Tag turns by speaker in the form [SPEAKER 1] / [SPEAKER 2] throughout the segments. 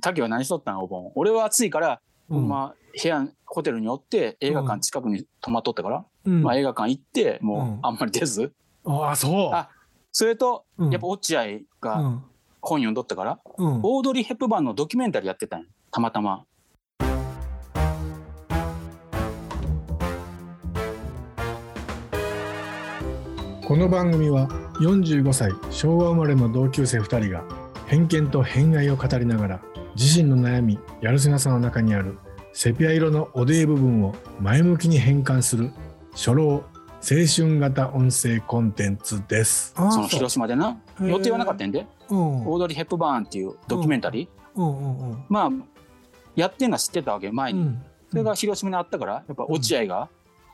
[SPEAKER 1] 滝は何しとったんお盆。俺は暑いから、
[SPEAKER 2] うん
[SPEAKER 1] まあ、部屋、ホテルにおって、映画館近くに泊まっとったから、
[SPEAKER 2] うん
[SPEAKER 1] まあ映画館行って、も
[SPEAKER 2] うん
[SPEAKER 1] うあんまり出ず。
[SPEAKER 2] ああそう
[SPEAKER 1] あそれと、
[SPEAKER 2] うん
[SPEAKER 1] やっぱ落合
[SPEAKER 2] う
[SPEAKER 1] が
[SPEAKER 2] ん
[SPEAKER 1] 本読んどったから、
[SPEAKER 2] うん
[SPEAKER 1] オードリー・ヘップバーンのドキュメンタリーやってたんよたまたま。
[SPEAKER 2] この番組は45歳昭和生まれの同級生2人が偏見と偏愛を語りながら自身の悩みやるせなさの中にあるセピア色のおでい部分を前向きに変換する初老青春型音声コンテンツです。あ
[SPEAKER 1] その広島でな
[SPEAKER 2] へー
[SPEAKER 1] 予定はなかったんやで、
[SPEAKER 2] うん
[SPEAKER 1] オードリー・ヘップバーンっていうドキュメンタリー、
[SPEAKER 2] うんうんうん
[SPEAKER 1] まあやってんのは知ってたわけ前に、
[SPEAKER 2] うん
[SPEAKER 1] それが広島にあったからやっぱ落合が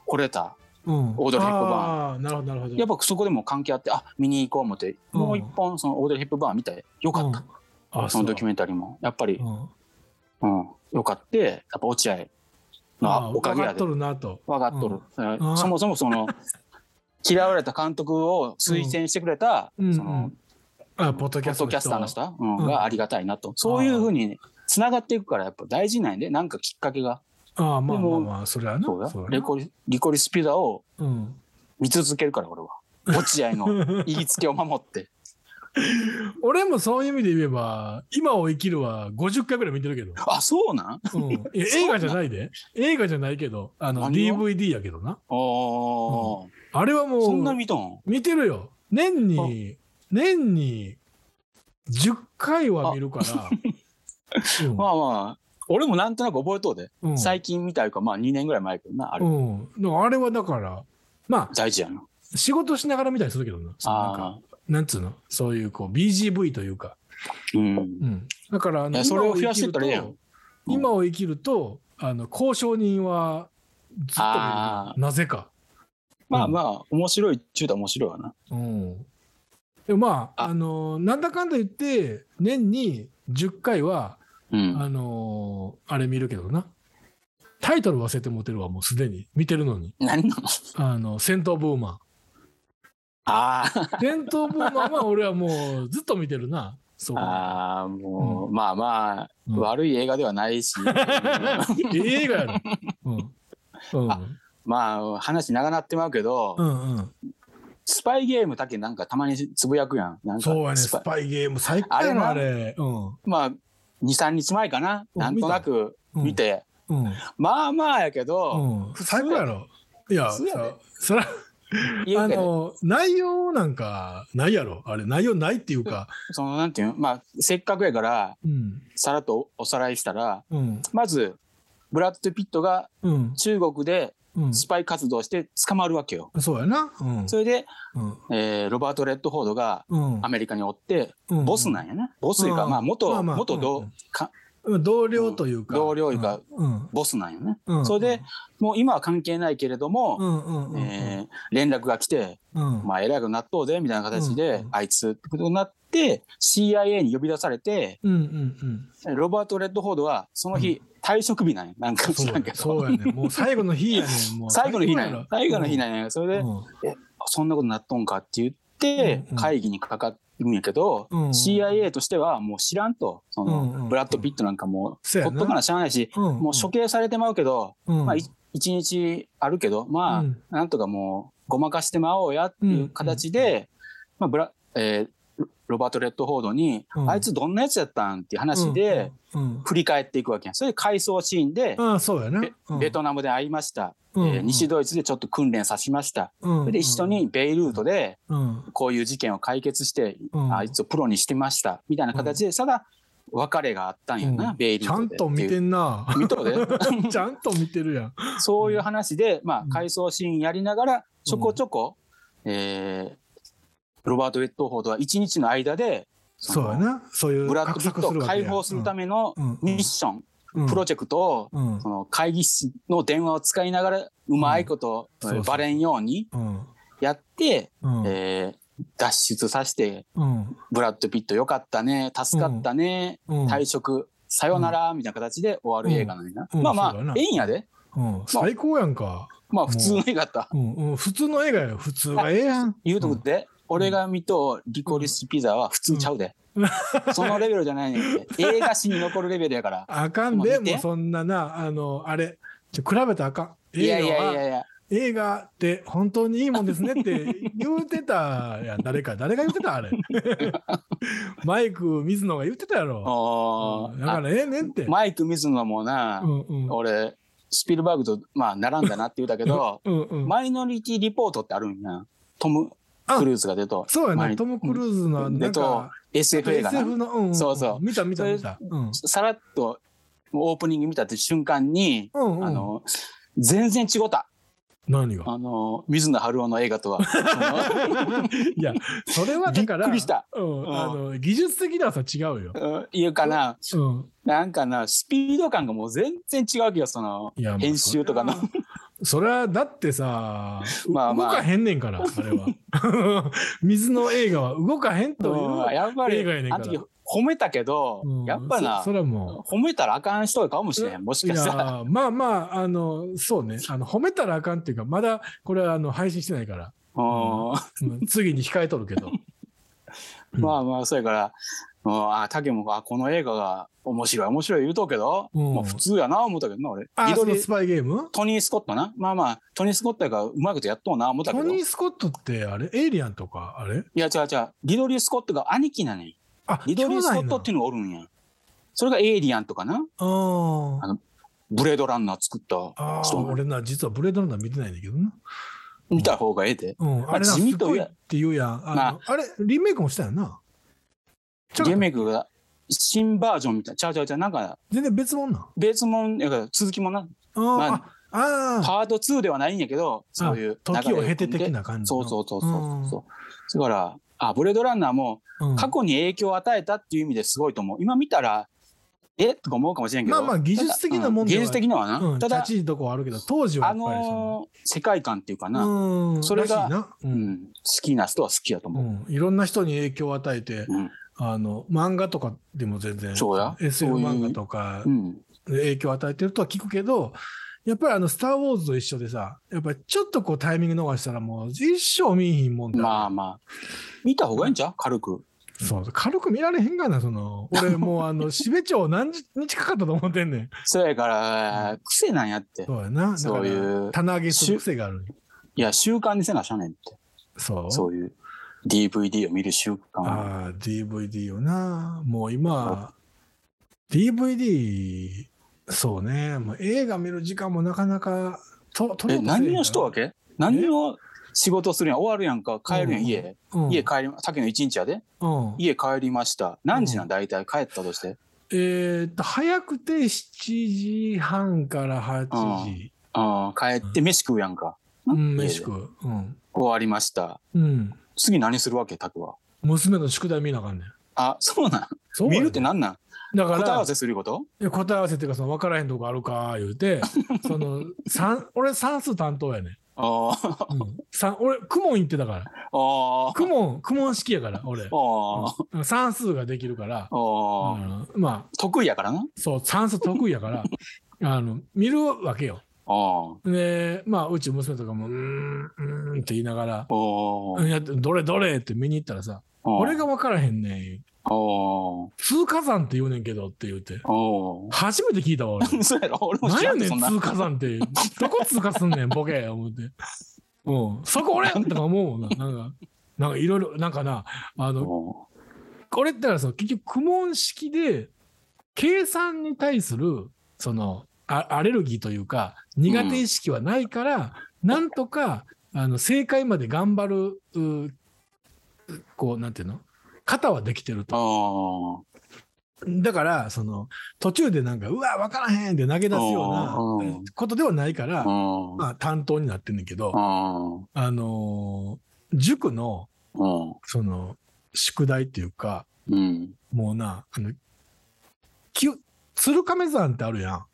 [SPEAKER 1] 来れた、
[SPEAKER 2] うん
[SPEAKER 1] オードリーヘップバー
[SPEAKER 2] ああなるほどなるほど
[SPEAKER 1] やっぱそこでも関係あってあ見に行こう思って、
[SPEAKER 2] うん
[SPEAKER 1] もう一本そのオードリー・ヘップバーン見たよかった、
[SPEAKER 2] た、うん、あ
[SPEAKER 1] そのドキュ
[SPEAKER 2] メン
[SPEAKER 1] メンタリーもやっぱり、
[SPEAKER 2] うん、
[SPEAKER 1] うんよかってやっぱ落合
[SPEAKER 2] あ
[SPEAKER 1] のおかげ
[SPEAKER 2] 分か
[SPEAKER 1] や
[SPEAKER 2] っ
[SPEAKER 1] で
[SPEAKER 2] とるなと
[SPEAKER 1] 分かっとる、
[SPEAKER 2] んあー
[SPEAKER 1] そもそもそ の嫌われた監督を推薦してくれた、
[SPEAKER 2] うん
[SPEAKER 1] その、
[SPEAKER 2] うんあポッドキ
[SPEAKER 1] ポ
[SPEAKER 2] ャ
[SPEAKER 1] ッ
[SPEAKER 2] スト
[SPEAKER 1] ドキ
[SPEAKER 2] の人
[SPEAKER 1] ャスターの人、うん
[SPEAKER 2] うん
[SPEAKER 1] がありがたいなとそういうふうにつながっていくからやっぱ大事なんやでなんかきっかけが
[SPEAKER 2] ああまあ
[SPEAKER 1] で
[SPEAKER 2] ま
[SPEAKER 1] も
[SPEAKER 2] あまあそれはな
[SPEAKER 1] そうだ
[SPEAKER 2] だな
[SPEAKER 1] レコリリコリスピザを
[SPEAKER 2] うん
[SPEAKER 1] 見続けるから俺 は落合の言いつけを守って
[SPEAKER 2] 俺もそういう意味で言えば「今を生きる」は50回ぐらい見てるけど、
[SPEAKER 1] あそうなん
[SPEAKER 2] うん、いや映画じゃないで映画じゃないけどあの
[SPEAKER 1] 何を
[SPEAKER 2] DVD やけどな
[SPEAKER 1] おー、
[SPEAKER 2] あれはも
[SPEAKER 1] そんな
[SPEAKER 2] う
[SPEAKER 1] 見とん
[SPEAKER 2] 見てるよ年に年に10回は見るから、 うん
[SPEAKER 1] まあまあ俺もなんとなく覚えとうで、
[SPEAKER 2] うん
[SPEAKER 1] 最近見たいうかまあ2年ぐらい前やけどなあれ、
[SPEAKER 2] うん、でもあれはだからま
[SPEAKER 1] 大事やな
[SPEAKER 2] あ仕事しながら見たりするけどななんか
[SPEAKER 1] あ
[SPEAKER 2] なんつうのそういうこう BGV というか、
[SPEAKER 1] ーうん
[SPEAKER 2] うん、だからあ
[SPEAKER 1] い
[SPEAKER 2] の
[SPEAKER 1] やそれを
[SPEAKER 2] 今生きる
[SPEAKER 1] 増やしてったらええやん
[SPEAKER 2] と
[SPEAKER 1] うん
[SPEAKER 2] 今を生きるとあの交渉人はずっと見る
[SPEAKER 1] あ
[SPEAKER 2] なぜか、
[SPEAKER 1] まあまあ面白いっちゅうたら面白いわな
[SPEAKER 2] うん、でもまああ
[SPEAKER 1] あ
[SPEAKER 2] のなんだかんだ言って年に10回は
[SPEAKER 1] うん
[SPEAKER 2] あのあれ見るけどなタイトル忘れて持てるわもうすでに見てるのに
[SPEAKER 1] 何なの
[SPEAKER 2] あの戦闘ブーマ
[SPEAKER 1] あー
[SPEAKER 2] ン戦闘ブーマンは俺はもうずっと見てるなそう
[SPEAKER 1] ああもう、
[SPEAKER 2] う
[SPEAKER 1] まあまあ、
[SPEAKER 2] うん
[SPEAKER 1] 悪い映画ではないし
[SPEAKER 2] ええ映画やろ、うんうん、
[SPEAKER 1] まあ話長なってまうけど、
[SPEAKER 2] うんうん
[SPEAKER 1] スパイゲームだけなんかたまにつぶやくやんなんか
[SPEAKER 2] そうやね、
[SPEAKER 1] スパ
[SPEAKER 2] ス
[SPEAKER 1] イ
[SPEAKER 2] パイゲーム最高やな、あ
[SPEAKER 1] あれな
[SPEAKER 2] れ。うん
[SPEAKER 1] まあ23日前かな
[SPEAKER 2] うん
[SPEAKER 1] なんとなく
[SPEAKER 2] うん
[SPEAKER 1] 見て、
[SPEAKER 2] うん。
[SPEAKER 1] まあまあやけど、
[SPEAKER 2] うん。最高やろ。いや、
[SPEAKER 1] 普通やで
[SPEAKER 2] さそら、
[SPEAKER 1] 家
[SPEAKER 2] あ
[SPEAKER 1] で
[SPEAKER 2] の、内容なんかないやろ。あれ、内容ないっていうか。
[SPEAKER 1] そのなんていうのまあせっかくやから
[SPEAKER 2] うん。
[SPEAKER 1] さらっとおさらいしたら
[SPEAKER 2] うん。
[SPEAKER 1] まずブラッド・ピットが
[SPEAKER 2] うん。
[SPEAKER 1] 中国で
[SPEAKER 2] うん。
[SPEAKER 1] スパイ活動して捕まるわけよ。
[SPEAKER 2] そうやな。うん。
[SPEAKER 1] それで、
[SPEAKER 2] うん
[SPEAKER 1] えーロバート・レッドフォードが
[SPEAKER 2] うん
[SPEAKER 1] アメリカにおって
[SPEAKER 2] うん。
[SPEAKER 1] ボスなんやな。ボスいうか、
[SPEAKER 2] うん
[SPEAKER 1] まあ元、
[SPEAKER 2] まあまあ
[SPEAKER 1] 元同、
[SPEAKER 2] うん
[SPEAKER 1] か
[SPEAKER 2] うん同僚というか。
[SPEAKER 1] 同僚いうか
[SPEAKER 2] うん。
[SPEAKER 1] ボスなんやね。
[SPEAKER 2] うん。
[SPEAKER 1] それで、もう今は関係ないけれど
[SPEAKER 2] う
[SPEAKER 1] も、
[SPEAKER 2] ん、うんうん。
[SPEAKER 1] えー連絡が来て、
[SPEAKER 2] うん。
[SPEAKER 1] まあ偉いことになっとうで、みたいな形で、
[SPEAKER 2] うん
[SPEAKER 1] あいつってことになって、CIA に呼び出されて、
[SPEAKER 2] うんうん
[SPEAKER 1] ロバート・レッドフォードはその日、退職日なんや。なん
[SPEAKER 2] う
[SPEAKER 1] か
[SPEAKER 2] ん。そ
[SPEAKER 1] 知
[SPEAKER 2] う
[SPEAKER 1] ら
[SPEAKER 2] や
[SPEAKER 1] んけ
[SPEAKER 2] ね。そう
[SPEAKER 1] ど。
[SPEAKER 2] やね。もう最後の日やね。もう
[SPEAKER 1] 最後の日なん
[SPEAKER 2] や
[SPEAKER 1] や
[SPEAKER 2] ろ。
[SPEAKER 1] 最後の日なんや。それで、
[SPEAKER 2] うん
[SPEAKER 1] そんなことになっとんかって言って
[SPEAKER 2] うんうん
[SPEAKER 1] 会議にかかるんやけど、
[SPEAKER 2] うん
[SPEAKER 1] CIA としてはもう知らんとその、
[SPEAKER 2] うんうん
[SPEAKER 1] ブラッド・ピットなんかも
[SPEAKER 2] そう
[SPEAKER 1] う
[SPEAKER 2] や
[SPEAKER 1] ほ
[SPEAKER 2] な
[SPEAKER 1] っとかなしゃあないし、
[SPEAKER 2] うん。
[SPEAKER 1] もう処刑されてまうけど、
[SPEAKER 2] うん
[SPEAKER 1] まあ、い一日あるけどまあ、
[SPEAKER 2] うん
[SPEAKER 1] なんとかもうごまかしてまおうやっていう形で、まあブラえーロロバート・レッドフォードに、
[SPEAKER 2] うん
[SPEAKER 1] あいつどんなやつやったんっていう話で
[SPEAKER 2] うんうん
[SPEAKER 1] 振り返っていくわけやん。それで回想シーンで、
[SPEAKER 2] うん、ああそうやな
[SPEAKER 1] ベ。ベトナムで会いました、
[SPEAKER 2] うん
[SPEAKER 1] えー西ドイツでちょっと訓練さしました、それで一緒、にベイルートで
[SPEAKER 2] うんうん
[SPEAKER 1] こういう事件を解決して、
[SPEAKER 2] うん
[SPEAKER 1] あいつをプロにしてましたみたいな形で、ただ別れがあったんやな、
[SPEAKER 2] うん
[SPEAKER 1] ベイル
[SPEAKER 2] ち
[SPEAKER 1] ート
[SPEAKER 2] ゃん
[SPEAKER 1] で
[SPEAKER 2] と見
[SPEAKER 1] って
[SPEAKER 2] て
[SPEAKER 1] いうん
[SPEAKER 2] な。
[SPEAKER 1] 見とる で
[SPEAKER 2] ちゃんと見てるやん。
[SPEAKER 1] そういう話で、ま
[SPEAKER 2] う
[SPEAKER 1] あ
[SPEAKER 2] ん、
[SPEAKER 1] 回想シーンやりながらちょこちょこ、えーロバート・ウェットフォードは一日の間でそ
[SPEAKER 2] そう
[SPEAKER 1] の
[SPEAKER 2] やな。そういう
[SPEAKER 1] ブラッド・ピットを解放するた
[SPEAKER 2] め
[SPEAKER 1] めの
[SPEAKER 2] うん
[SPEAKER 1] ミッション、
[SPEAKER 2] の
[SPEAKER 1] プロジェクトを、
[SPEAKER 2] うん
[SPEAKER 1] その会議室の電話を使いながらうまいこと、
[SPEAKER 2] うんそうそう
[SPEAKER 1] バレんように
[SPEAKER 2] うん
[SPEAKER 1] やって、
[SPEAKER 2] うん
[SPEAKER 1] えー脱出させて
[SPEAKER 2] うん
[SPEAKER 1] ブラッド・ピットよかったね助かったね、
[SPEAKER 2] うん
[SPEAKER 1] 退職さよならみたいな形で終わる映画なんやな、
[SPEAKER 2] うんうん
[SPEAKER 1] まあま
[SPEAKER 2] そうだな
[SPEAKER 1] あええんやで
[SPEAKER 2] うん最高やんか。
[SPEAKER 1] まあ普通の映画だった
[SPEAKER 2] うんうん普通の映画やよ。普通はええやん。
[SPEAKER 1] 言うとくで、俺が見とリコリスピザは普通ちゃうで。そのレベルじゃないねんって。映画史に残るレベルやから。
[SPEAKER 2] あかんで
[SPEAKER 1] もう見て
[SPEAKER 2] もうそんななあのあれちょ比べたらあかん
[SPEAKER 1] いやい
[SPEAKER 2] 映画
[SPEAKER 1] やい
[SPEAKER 2] は
[SPEAKER 1] やいや。
[SPEAKER 2] 映画って本当にいいもんですねって言うてたやん誰か誰が言うてたあれ マイク水野が言うてたやろ
[SPEAKER 1] お
[SPEAKER 2] う
[SPEAKER 1] ー
[SPEAKER 2] んだからええねんって
[SPEAKER 1] あマイク・水野もな、
[SPEAKER 2] うんうん
[SPEAKER 1] 俺、スピルバーグと、まあ、並んだなって言うたけど、
[SPEAKER 2] うんうん
[SPEAKER 1] マイノリティ・リポートってあるんや。トム・
[SPEAKER 2] あ
[SPEAKER 1] クルーズが出と、
[SPEAKER 2] そうや
[SPEAKER 1] マ
[SPEAKER 2] な
[SPEAKER 1] イ
[SPEAKER 2] トム・クルーズのな
[SPEAKER 1] 出
[SPEAKER 2] ん
[SPEAKER 1] と
[SPEAKER 2] か、
[SPEAKER 1] SF 映画な。
[SPEAKER 2] SF のうんん
[SPEAKER 1] そうそう
[SPEAKER 2] 見た見
[SPEAKER 1] そ
[SPEAKER 2] た
[SPEAKER 1] れ
[SPEAKER 2] 見たうん
[SPEAKER 1] さらっと、もうオープニング見たって瞬間に、
[SPEAKER 2] うんうん
[SPEAKER 1] あの、全然違った。
[SPEAKER 2] 何が
[SPEAKER 1] あの、水野晴夫の映画とは。
[SPEAKER 2] いやそれはだか
[SPEAKER 1] び
[SPEAKER 2] ら
[SPEAKER 1] っくりした
[SPEAKER 2] うん
[SPEAKER 1] うん
[SPEAKER 2] あの技術的なさ違うよ
[SPEAKER 1] そのうんいうかな、
[SPEAKER 2] うん
[SPEAKER 1] なんかな、スピード感がもう全然違う気がするな。
[SPEAKER 2] いやまあ
[SPEAKER 1] 編集とかの
[SPEAKER 2] それはそれはだってさ、
[SPEAKER 1] まあまあ
[SPEAKER 2] 動かへんねんから、あれは。 水の映画は動かへんと
[SPEAKER 1] うん
[SPEAKER 2] いう。
[SPEAKER 1] やっぱり、
[SPEAKER 2] 映画やねん
[SPEAKER 1] あ
[SPEAKER 2] から
[SPEAKER 1] の時褒めたけど、
[SPEAKER 2] うん
[SPEAKER 1] やっぱな
[SPEAKER 2] そ、それはも
[SPEAKER 1] 褒めたらあかん人かもしれん、も
[SPEAKER 2] う。
[SPEAKER 1] し
[SPEAKER 2] い
[SPEAKER 1] か
[SPEAKER 2] や
[SPEAKER 1] したら。
[SPEAKER 2] ーまあまああのそうねあの褒めたらあかんっていうかまだこれはあの配信してないから、
[SPEAKER 1] うん
[SPEAKER 2] うん次に控えとる けどうん
[SPEAKER 1] まあまあ、そうやから、うんあ、竹も、あ、この映画が面白い、面白い言うとうけど、
[SPEAKER 2] うん
[SPEAKER 1] まあ普通やな、思ったけどな、俺。
[SPEAKER 2] あ
[SPEAKER 1] リド
[SPEAKER 2] そ
[SPEAKER 1] リ
[SPEAKER 2] の
[SPEAKER 1] ー
[SPEAKER 2] スパイゲーム
[SPEAKER 1] トニー・スコットな。まあまあ、トニー・スコットやからうまいことやっとうな、思ったけ
[SPEAKER 2] ト
[SPEAKER 1] ど。
[SPEAKER 2] ニ
[SPEAKER 1] い
[SPEAKER 2] ー・スコットってあれエイリアンとかあれ
[SPEAKER 1] や、違う違う。リドリー・スコットが兄貴なねん。
[SPEAKER 2] あ
[SPEAKER 1] リドリー・スコットってい
[SPEAKER 2] い
[SPEAKER 1] うのがおるんや。それがエイリアンとかな。
[SPEAKER 2] うの
[SPEAKER 1] あブレードランナー作った。
[SPEAKER 2] あー
[SPEAKER 1] そうなの
[SPEAKER 2] 俺な実はブレードランナー見てないんだけどな
[SPEAKER 1] 見た方がええで。
[SPEAKER 2] うん、あれな、
[SPEAKER 1] 地味
[SPEAKER 2] す
[SPEAKER 1] と
[SPEAKER 2] ごい
[SPEAKER 1] 言
[SPEAKER 2] っ
[SPEAKER 1] え
[SPEAKER 2] て言うやん。あの
[SPEAKER 1] ま
[SPEAKER 2] あれ、リメイクもしたよな。ちょっと
[SPEAKER 1] ゲメクが新バージョンみたいな。ちゃうちゃうちゃう。なんか、
[SPEAKER 2] 全然別物なん。
[SPEAKER 1] 別物やから続きもな。
[SPEAKER 2] あー、
[SPEAKER 1] ま
[SPEAKER 2] あ、あ
[SPEAKER 1] パート2ではないんやけど、
[SPEAKER 2] ー、
[SPEAKER 1] そういう流
[SPEAKER 2] あ時
[SPEAKER 1] れ
[SPEAKER 2] を
[SPEAKER 1] 組
[SPEAKER 2] 経
[SPEAKER 1] んで
[SPEAKER 2] て的な感じの。
[SPEAKER 1] そうそうそうそうそう。それから、あ、ブレードランナーも
[SPEAKER 2] うん。うん
[SPEAKER 1] 過去に影響を与えたっていう意味ですごいと思う。今見たら、えとか思うかもしれんけど。
[SPEAKER 2] まあまあ技術的な
[SPEAKER 1] ただう
[SPEAKER 2] もんでは
[SPEAKER 1] ん技術的なはな。
[SPEAKER 2] うん、
[SPEAKER 1] た
[SPEAKER 2] 立
[SPEAKER 1] だ、
[SPEAKER 2] ちいいとこはあるけど、当時はや
[SPEAKER 1] あ
[SPEAKER 2] っぱりそ
[SPEAKER 1] のー世界観っていうかな、
[SPEAKER 2] の、うん、
[SPEAKER 1] それが
[SPEAKER 2] らしいな、
[SPEAKER 1] う
[SPEAKER 2] う
[SPEAKER 1] ん
[SPEAKER 2] ん
[SPEAKER 1] 好きな人は好きだと
[SPEAKER 2] う
[SPEAKER 1] 思う。
[SPEAKER 2] ん、いろんな人に影響を与えて、
[SPEAKER 1] うん。
[SPEAKER 2] あの漫画とかでも全然
[SPEAKER 1] そうや
[SPEAKER 2] SF
[SPEAKER 1] そういう
[SPEAKER 2] 漫画とか
[SPEAKER 1] うん。
[SPEAKER 2] 影響を与えてるとは聞くけど、やっぱりあの、スター・ウォーズと一緒でさ、やっぱりちょっとこうタイミング逃したらもう一生見えひんもんだ。
[SPEAKER 1] まあまあ。見た方がいいんちゃう軽く。
[SPEAKER 2] そう、軽く見られへんがな、そ の、俺もうあの、しべ町何日かかったと思ってんねん。
[SPEAKER 1] そやから、癖なんやって。
[SPEAKER 2] そうやな。だから
[SPEAKER 1] そういう
[SPEAKER 2] 棚上げする癖がある。
[SPEAKER 1] いや、習慣にせなしゃあねんって。
[SPEAKER 2] そう。
[SPEAKER 1] そういう DVD を見る習慣。
[SPEAKER 2] ああ、DVD よな。もう今、DVD、そうね。もう映画見る時間もなかなか、と、取
[SPEAKER 1] え、
[SPEAKER 2] ろうとせえへん
[SPEAKER 1] 何をしとわけ何を仕事するやん。終わるやんか。帰るや
[SPEAKER 2] うん
[SPEAKER 1] ん、家。
[SPEAKER 2] うん、
[SPEAKER 1] 家帰りま、さっきの一日やで、
[SPEAKER 2] うん。
[SPEAKER 1] 家帰りました。何時な
[SPEAKER 2] う
[SPEAKER 1] ん
[SPEAKER 2] ん
[SPEAKER 1] 大体帰ったとして。
[SPEAKER 2] えーっと、早くて7時半から8時。
[SPEAKER 1] あー帰って飯食うやんか。
[SPEAKER 2] うん、飯
[SPEAKER 1] う。
[SPEAKER 2] 食う。うん。
[SPEAKER 1] 終わりました。
[SPEAKER 2] うん。
[SPEAKER 1] 次何するわけ、タクは。
[SPEAKER 2] 娘の宿題見なあかんねん。
[SPEAKER 1] あ、そうなん。
[SPEAKER 2] そうや
[SPEAKER 1] 見
[SPEAKER 2] で
[SPEAKER 1] るってなんなん
[SPEAKER 2] だから
[SPEAKER 1] 答え合わせすること
[SPEAKER 2] で答え合わせっていうかその分からへんとこあるか言う てその算俺算数担当やねん、
[SPEAKER 1] あー
[SPEAKER 2] うん、算俺公文行ってたから
[SPEAKER 1] あー。
[SPEAKER 2] 公文公文式やから俺、
[SPEAKER 1] あー
[SPEAKER 2] うん算数ができるから、
[SPEAKER 1] あー。
[SPEAKER 2] うんまあ
[SPEAKER 1] 得意やからな。
[SPEAKER 2] そう算数得意やからあの見るわけよ
[SPEAKER 1] あー
[SPEAKER 2] でまあうち娘とかも「うーんうーん」って言いながら
[SPEAKER 1] あ
[SPEAKER 2] 「
[SPEAKER 1] ー。
[SPEAKER 2] いやどれどれ?」って見に行ったらさ「
[SPEAKER 1] こ
[SPEAKER 2] 俺。が分からへんねん言う
[SPEAKER 1] あー」
[SPEAKER 2] 通過算って言うねんけど」って言うて
[SPEAKER 1] あー。
[SPEAKER 2] 初めて聞いたわ俺。
[SPEAKER 1] そうやろ俺も
[SPEAKER 2] 何
[SPEAKER 1] 知
[SPEAKER 2] や
[SPEAKER 1] らん
[SPEAKER 2] ね
[SPEAKER 1] で
[SPEAKER 2] ん
[SPEAKER 1] そんな。
[SPEAKER 2] 通過算ってどこ通過すん ねんボケ思ってうんそこ俺とか思う もんななんかなんかいろいろなんかなあの
[SPEAKER 1] お
[SPEAKER 2] これってのはその結局苦問式で計算に対するそのあアレルギーというか苦手意識はないから、なんとかあの正解まで頑張るうこうなんていうの型はできてると
[SPEAKER 1] あ
[SPEAKER 2] だからその途中でなんかうわ分からへんって投げ出すよ
[SPEAKER 1] う
[SPEAKER 2] う
[SPEAKER 1] んう
[SPEAKER 2] なんことではないから、
[SPEAKER 1] あ。うん。
[SPEAKER 2] まあ、担当になってんねんけ
[SPEAKER 1] う
[SPEAKER 2] ど、
[SPEAKER 1] ん。
[SPEAKER 2] あのー塾の
[SPEAKER 1] うん。
[SPEAKER 2] その宿題っていうか
[SPEAKER 1] うん。
[SPEAKER 2] もうなあのきゅ鶴亀山ってあるやん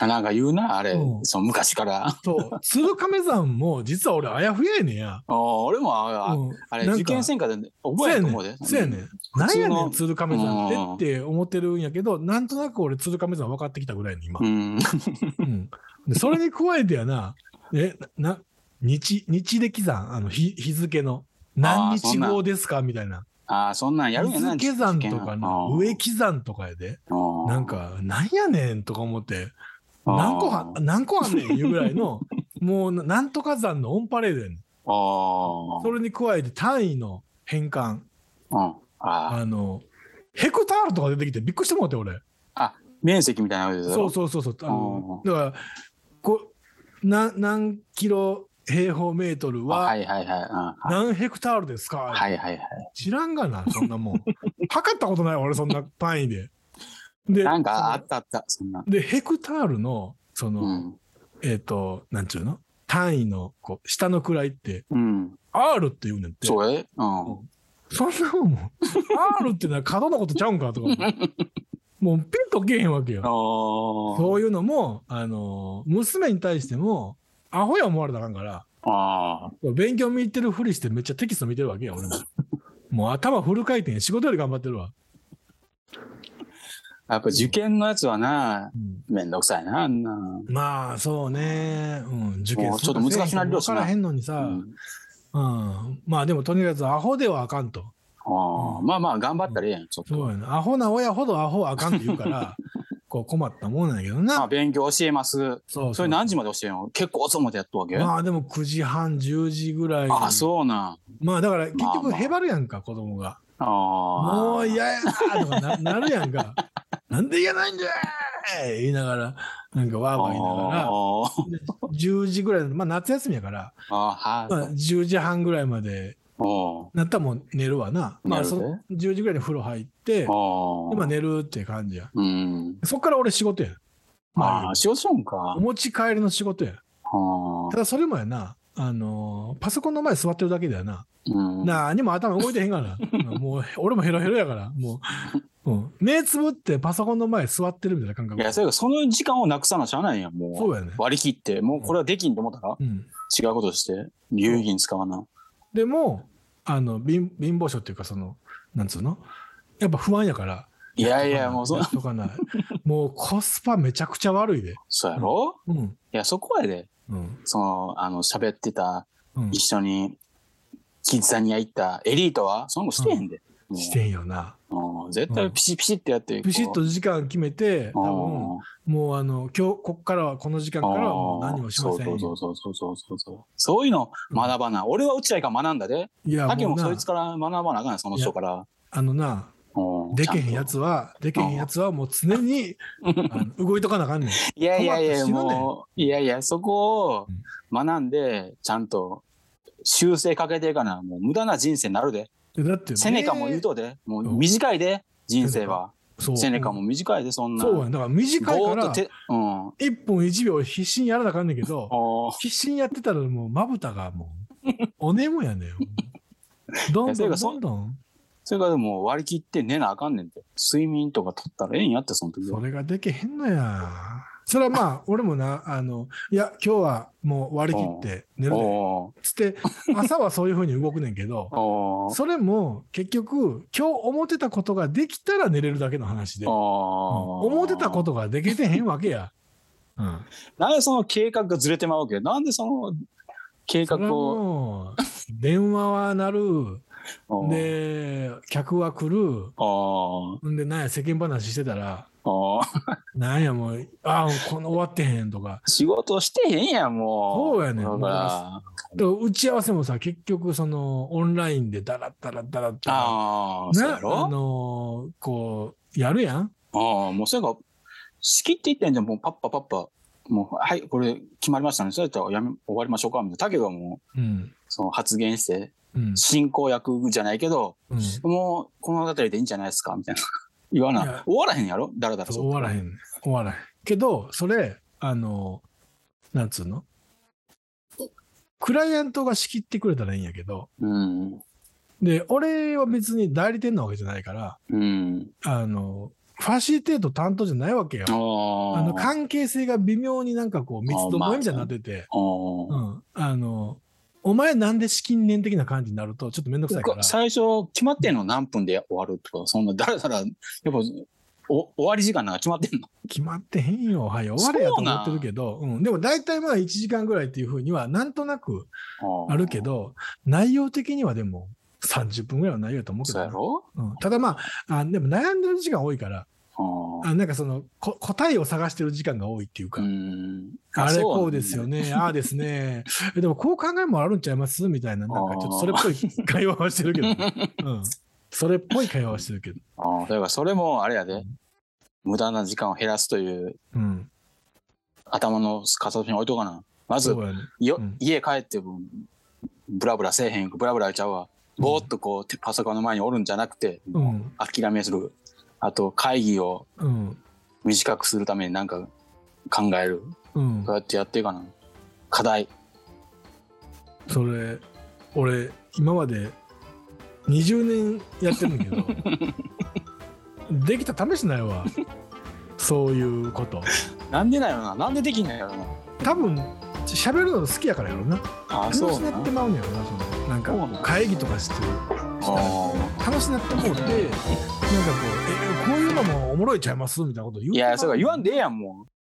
[SPEAKER 1] あなんか言うな、あれ
[SPEAKER 2] う。ん
[SPEAKER 1] その昔から。
[SPEAKER 2] そう 鶴亀山も実は俺あやふややねんや、
[SPEAKER 1] ああ、俺もあ,、
[SPEAKER 2] うん、
[SPEAKER 1] あれ、
[SPEAKER 2] なんか
[SPEAKER 1] 受験戦火で
[SPEAKER 2] そう
[SPEAKER 1] 覚え
[SPEAKER 2] や
[SPEAKER 1] ると
[SPEAKER 2] ね
[SPEAKER 1] 思うで。
[SPEAKER 2] んそうやねん
[SPEAKER 1] 普
[SPEAKER 2] 何
[SPEAKER 1] 通
[SPEAKER 2] や
[SPEAKER 1] の
[SPEAKER 2] ねん鶴亀山ってって思ってるんやけどなんとなく俺鶴亀山分かってきたぐらいの今
[SPEAKER 1] う、ん。
[SPEAKER 2] うん、でそ れに加えてやなえなな日日暦山あの日日付の
[SPEAKER 1] あ
[SPEAKER 2] 何
[SPEAKER 1] ーそ
[SPEAKER 2] 日
[SPEAKER 1] んなん
[SPEAKER 2] 後ですかみたいな。
[SPEAKER 1] ああ、そんなんやるんやな。
[SPEAKER 2] 水気山とかな、上
[SPEAKER 1] 木
[SPEAKER 2] 木山とかやで。な、
[SPEAKER 1] なん
[SPEAKER 2] か、なんやねんとか思って、何個は、何個あんねんいうぐらいの、 もうななんとか山のオンパレードやねん。
[SPEAKER 1] あー
[SPEAKER 2] それに加えて単位の変換、
[SPEAKER 1] うんあー。
[SPEAKER 2] あの、ヘクタールとか出てきてびっくりしてもうて、俺。
[SPEAKER 1] 面積みたいなことです
[SPEAKER 2] そうそうそうそう。あの
[SPEAKER 1] う
[SPEAKER 2] だから、こう、な何キロ平方メートル
[SPEAKER 1] は
[SPEAKER 2] はい
[SPEAKER 1] はいはい。うんは
[SPEAKER 2] 何ヘクタールですか、
[SPEAKER 1] いはいはい。
[SPEAKER 2] 知らんがな、そんなもん。測ったことない俺、そんな単位で。で、
[SPEAKER 1] なんかあったあった、そんな。
[SPEAKER 2] で、ヘクタールの、その、
[SPEAKER 1] うん。
[SPEAKER 2] えっ、と、なんちゅうの単位の、こう、下の位って、
[SPEAKER 1] うん。
[SPEAKER 2] R って言うねんって。そ
[SPEAKER 1] そうえうん。
[SPEAKER 2] んなもんもう、R ってのは角のことちゃうん かとか。もう、ピンとけえへんわけよ。
[SPEAKER 1] そ
[SPEAKER 2] そういうのも、あのー娘に対しても、アホや思われたらあかんから、
[SPEAKER 1] あ
[SPEAKER 2] 勉強見てるふりしてめっちゃテキスト見てるわけよ、 俺も。もう頭フル回転、仕事より頑張ってるわ。
[SPEAKER 1] あ。やっぱ受験のやつはな、
[SPEAKER 2] うん
[SPEAKER 1] めんどくさいな、あんな。
[SPEAKER 2] まあそうね、うん、受験
[SPEAKER 1] もうちょっと難しくなり
[SPEAKER 2] る
[SPEAKER 1] ま
[SPEAKER 2] わ
[SPEAKER 1] し
[SPEAKER 2] か
[SPEAKER 1] たな
[SPEAKER 2] らへんのに
[SPEAKER 1] う
[SPEAKER 2] さ、うん
[SPEAKER 1] ん
[SPEAKER 2] まあでもとにかくアホではあかんと
[SPEAKER 1] あ
[SPEAKER 2] う
[SPEAKER 1] あ
[SPEAKER 2] ん
[SPEAKER 1] まあまあ、頑張ったらええやん、ちょっと。
[SPEAKER 2] そうやなアホな親ほどアホはあかんって言うから こう困ったもんなんやけどな、
[SPEAKER 1] まあ、勉強教えます。
[SPEAKER 2] そうそう
[SPEAKER 1] それ何時まで教えんの結構遅いまでやっとわけあ
[SPEAKER 2] まあでも9時半10時ぐらいに
[SPEAKER 1] あ、そうなん。
[SPEAKER 2] まあだから結
[SPEAKER 1] まあ
[SPEAKER 2] 局
[SPEAKER 1] まあ
[SPEAKER 2] へばるやんか子供が、
[SPEAKER 1] ああ。
[SPEAKER 2] もう嫌やーとかななるやん かなんでいけないんじゃーい言いながらなんかわーわー言いながら
[SPEAKER 1] あ
[SPEAKER 2] 10時ぐらいまあ夏休みやから、
[SPEAKER 1] あああ、
[SPEAKER 2] ま
[SPEAKER 1] は
[SPEAKER 2] あ、
[SPEAKER 1] い。
[SPEAKER 2] 10時半ぐらいまで
[SPEAKER 1] お
[SPEAKER 2] なったらもう寝るわな。ま
[SPEAKER 1] 寝
[SPEAKER 2] あ、
[SPEAKER 1] る
[SPEAKER 2] そ
[SPEAKER 1] で
[SPEAKER 2] の10時ぐらいに風呂入って、で
[SPEAKER 1] お。
[SPEAKER 2] まあ寝るっていう感じや。
[SPEAKER 1] うん。
[SPEAKER 2] そっから俺仕事や。
[SPEAKER 1] あ
[SPEAKER 2] ま
[SPEAKER 1] あ、
[SPEAKER 2] あ、
[SPEAKER 1] 仕事しようんか
[SPEAKER 2] お。持ち帰りの仕事や。
[SPEAKER 1] ああ
[SPEAKER 2] た。だそれもやな、あのーパソコンの前座ってるだけだよな。
[SPEAKER 1] うん。
[SPEAKER 2] 何も頭動いてへんから な。もう、俺もヘロヘロやから、もう、うん、目つぶってパソコンの前座ってるみたいな感
[SPEAKER 1] い
[SPEAKER 2] 覚。
[SPEAKER 1] や、それがその時間をなくさなしゃあないやん、
[SPEAKER 2] そ
[SPEAKER 1] も
[SPEAKER 2] うやね
[SPEAKER 1] う。。割り切って、もうこれはできんと思ったら、
[SPEAKER 2] うん。
[SPEAKER 1] 違うことして、有意義に使わな。
[SPEAKER 2] でも、あの、貧貧乏症っていうか、その、なんつうのやっぱ不安やから。
[SPEAKER 1] いやいや、もうそ
[SPEAKER 2] やっとかない。もうコスパめちゃくちゃ悪いで。
[SPEAKER 1] そうやろ
[SPEAKER 2] うん。
[SPEAKER 1] いや、そこはやで、
[SPEAKER 2] うん。
[SPEAKER 1] その、あの、喋ってた、
[SPEAKER 2] うん
[SPEAKER 1] 一緒に、キッザニア行ったエリートは、そんなのしてへんで。もう
[SPEAKER 2] してんよな。
[SPEAKER 1] うん絶対ピシピシってやって。
[SPEAKER 2] ピシッと時間決めて、多
[SPEAKER 1] 分、
[SPEAKER 2] 分もうあの今日こっからはこの時間からはもう何もしません
[SPEAKER 1] そうそ
[SPEAKER 2] よ
[SPEAKER 1] う。そうそうそうそうそう。そういうの学ばな。俺は落合から学んだで。
[SPEAKER 2] いや
[SPEAKER 1] 竹
[SPEAKER 2] もう
[SPEAKER 1] もそ
[SPEAKER 2] ない
[SPEAKER 1] つから学ばなあかんねその人から。
[SPEAKER 2] あのな
[SPEAKER 1] うん
[SPEAKER 2] でけへんや
[SPEAKER 1] ち
[SPEAKER 2] つはでけへんやつはもう 常にあの動いとかなあかんね
[SPEAKER 1] ゃ
[SPEAKER 2] ん。
[SPEAKER 1] んといやいやいや、
[SPEAKER 2] 困ったら死ぬねん
[SPEAKER 1] もう、いやいや、そこを学んで、ちゃんと修正かけていかな。もう無駄な人生になるで。
[SPEAKER 2] いやだって
[SPEAKER 1] セネカも言うとで、もう短いで、人生は。
[SPEAKER 2] そう
[SPEAKER 1] セネカも短いで、そんな。
[SPEAKER 2] そうやんだから短い
[SPEAKER 1] ぼ
[SPEAKER 2] か
[SPEAKER 1] ーっと
[SPEAKER 2] ら
[SPEAKER 1] て、うん。
[SPEAKER 2] 1分1秒必死にやらなあかんねん けど
[SPEAKER 1] おー
[SPEAKER 2] 必死にやってたらもうまぶたがも うおねむやね
[SPEAKER 1] い
[SPEAKER 2] ん。どん
[SPEAKER 1] やそ
[SPEAKER 2] ど
[SPEAKER 1] れ
[SPEAKER 2] ん
[SPEAKER 1] が
[SPEAKER 2] ど
[SPEAKER 1] そ
[SPEAKER 2] んどん
[SPEAKER 1] それからでも割り切って寝なあかんねんて。睡眠とか取ったらええんやって、その時
[SPEAKER 2] そ
[SPEAKER 1] は。
[SPEAKER 2] れができへんのや。それはまあ、俺もな、あの、いや、今日はもう割り切って寝るで、
[SPEAKER 1] お
[SPEAKER 2] つって、朝はそういうふうに動くねんけど
[SPEAKER 1] ー、おー
[SPEAKER 2] それも結局、今日思ってたことができたら寝れるだけの話で、うん
[SPEAKER 1] あ
[SPEAKER 2] 思ってたことができてへんわけや。うん。
[SPEAKER 1] となんでその計画がずれてまうわけなんでその計
[SPEAKER 2] そ
[SPEAKER 1] 画
[SPEAKER 2] れは
[SPEAKER 1] を
[SPEAKER 2] もう、電話は鳴る、
[SPEAKER 1] うん
[SPEAKER 2] で、客は来る、
[SPEAKER 1] あー
[SPEAKER 2] んで、なんや、世間話してたら、
[SPEAKER 1] あー
[SPEAKER 2] なんや、もう、ああ、この終わってへん とか、
[SPEAKER 1] 仕事してへんやんもう
[SPEAKER 2] そうやねん
[SPEAKER 1] だから
[SPEAKER 2] で打ち合わせもさ結局そのオンラインでダラッダラッダラッダラ
[SPEAKER 1] ああそう
[SPEAKER 2] な
[SPEAKER 1] や
[SPEAKER 2] あ
[SPEAKER 1] ろ
[SPEAKER 2] のーこうやるやん
[SPEAKER 1] ああもうそれが仕切っていってんじゃんもうパッパパッパもうはいこれ決まりましたねそうやったらやめ終わりましょうかみたいなだけどもう
[SPEAKER 2] うん
[SPEAKER 1] その発言して
[SPEAKER 2] うん
[SPEAKER 1] 進行役じゃないけど
[SPEAKER 2] うん
[SPEAKER 1] もうこの辺りでいいんじゃないですかみたいな言わ
[SPEAKER 2] いや
[SPEAKER 1] な終わらへんやろだらだら
[SPEAKER 2] そう終わらへ
[SPEAKER 1] ん
[SPEAKER 2] ん終わらへんけどそれあのーなんつうのクライアントが仕切ってくれたらいいんやけど
[SPEAKER 1] うん
[SPEAKER 2] で俺は別に代理店なわけじゃないから
[SPEAKER 1] うん
[SPEAKER 2] あのーファシリテート担当じゃないわけよ
[SPEAKER 1] あ
[SPEAKER 2] あの
[SPEAKER 1] あ
[SPEAKER 2] 関係性が微妙になんかこう密度もみたいになってて、
[SPEAKER 1] ああ
[SPEAKER 2] うん、あの、お前なんで資金年的な感じになるとちょっとめんどくさいから。
[SPEAKER 1] 最初決まってんの何分で終わるとかそんなだらだらやっぱお終わり時間なんか決まってんの
[SPEAKER 2] 決まってへんよ、はい、終われやと
[SPEAKER 1] そう
[SPEAKER 2] 思
[SPEAKER 1] なん
[SPEAKER 2] ってるけど、うん、でも大体まあ1時間ぐらいっていうふうには、なんとなくあるけ。ど、内容的にはでも30分ぐらいは内容やと思うけ
[SPEAKER 1] そう
[SPEAKER 2] ど
[SPEAKER 1] や
[SPEAKER 2] な、
[SPEAKER 1] ろ
[SPEAKER 2] うん、ただまああ、でも悩んでる時間多いから、
[SPEAKER 1] あ
[SPEAKER 2] あなんかそのこ答えを探してる時間が多いっていうか、
[SPEAKER 1] ん。
[SPEAKER 2] あれこうですよ
[SPEAKER 1] ね。
[SPEAKER 2] ね、ああですね、 えでもこう考えもあるんちゃいますみたいな、なんかちょっとそれっぽい会話はしてるけど ね、うん、それっぽい会話はしてるけど、
[SPEAKER 1] ああ、だからそれもあれやで。無駄な時間を減らすという
[SPEAKER 2] うん、
[SPEAKER 1] 頭の片隅に置いとかな。まず
[SPEAKER 2] そうやね。
[SPEAKER 1] よ、
[SPEAKER 2] うん
[SPEAKER 1] 家帰ってもブラブラせえへんブラブラちゃうわ
[SPEAKER 2] うん
[SPEAKER 1] ぼーっとこう、てパソコンの前におるんじゃなくて、
[SPEAKER 2] うん、
[SPEAKER 1] 諦めするあと会議を
[SPEAKER 2] うん、
[SPEAKER 1] 短くするためになんか考える
[SPEAKER 2] うん
[SPEAKER 1] こう。やってやっていかな課題
[SPEAKER 2] それ俺今まで20年やってるんだけ どできた試しないわそういうこと
[SPEAKER 1] なんでなんやろななんでできんのやろな
[SPEAKER 2] 多分喋るの好きやからやろな
[SPEAKER 1] ああ
[SPEAKER 2] 楽
[SPEAKER 1] そう
[SPEAKER 2] し
[SPEAKER 1] な
[SPEAKER 2] なってまうんやろなそのなん
[SPEAKER 1] そうな
[SPEAKER 2] か
[SPEAKER 1] の
[SPEAKER 2] 会議とかしてしたら
[SPEAKER 1] あー
[SPEAKER 2] 楽しなってもうてなんかこう「えこういうのもおもろいちゃいます?」みたいなこと言う
[SPEAKER 1] い
[SPEAKER 2] て
[SPEAKER 1] やそうか言わ
[SPEAKER 2] ん
[SPEAKER 1] んでええやんも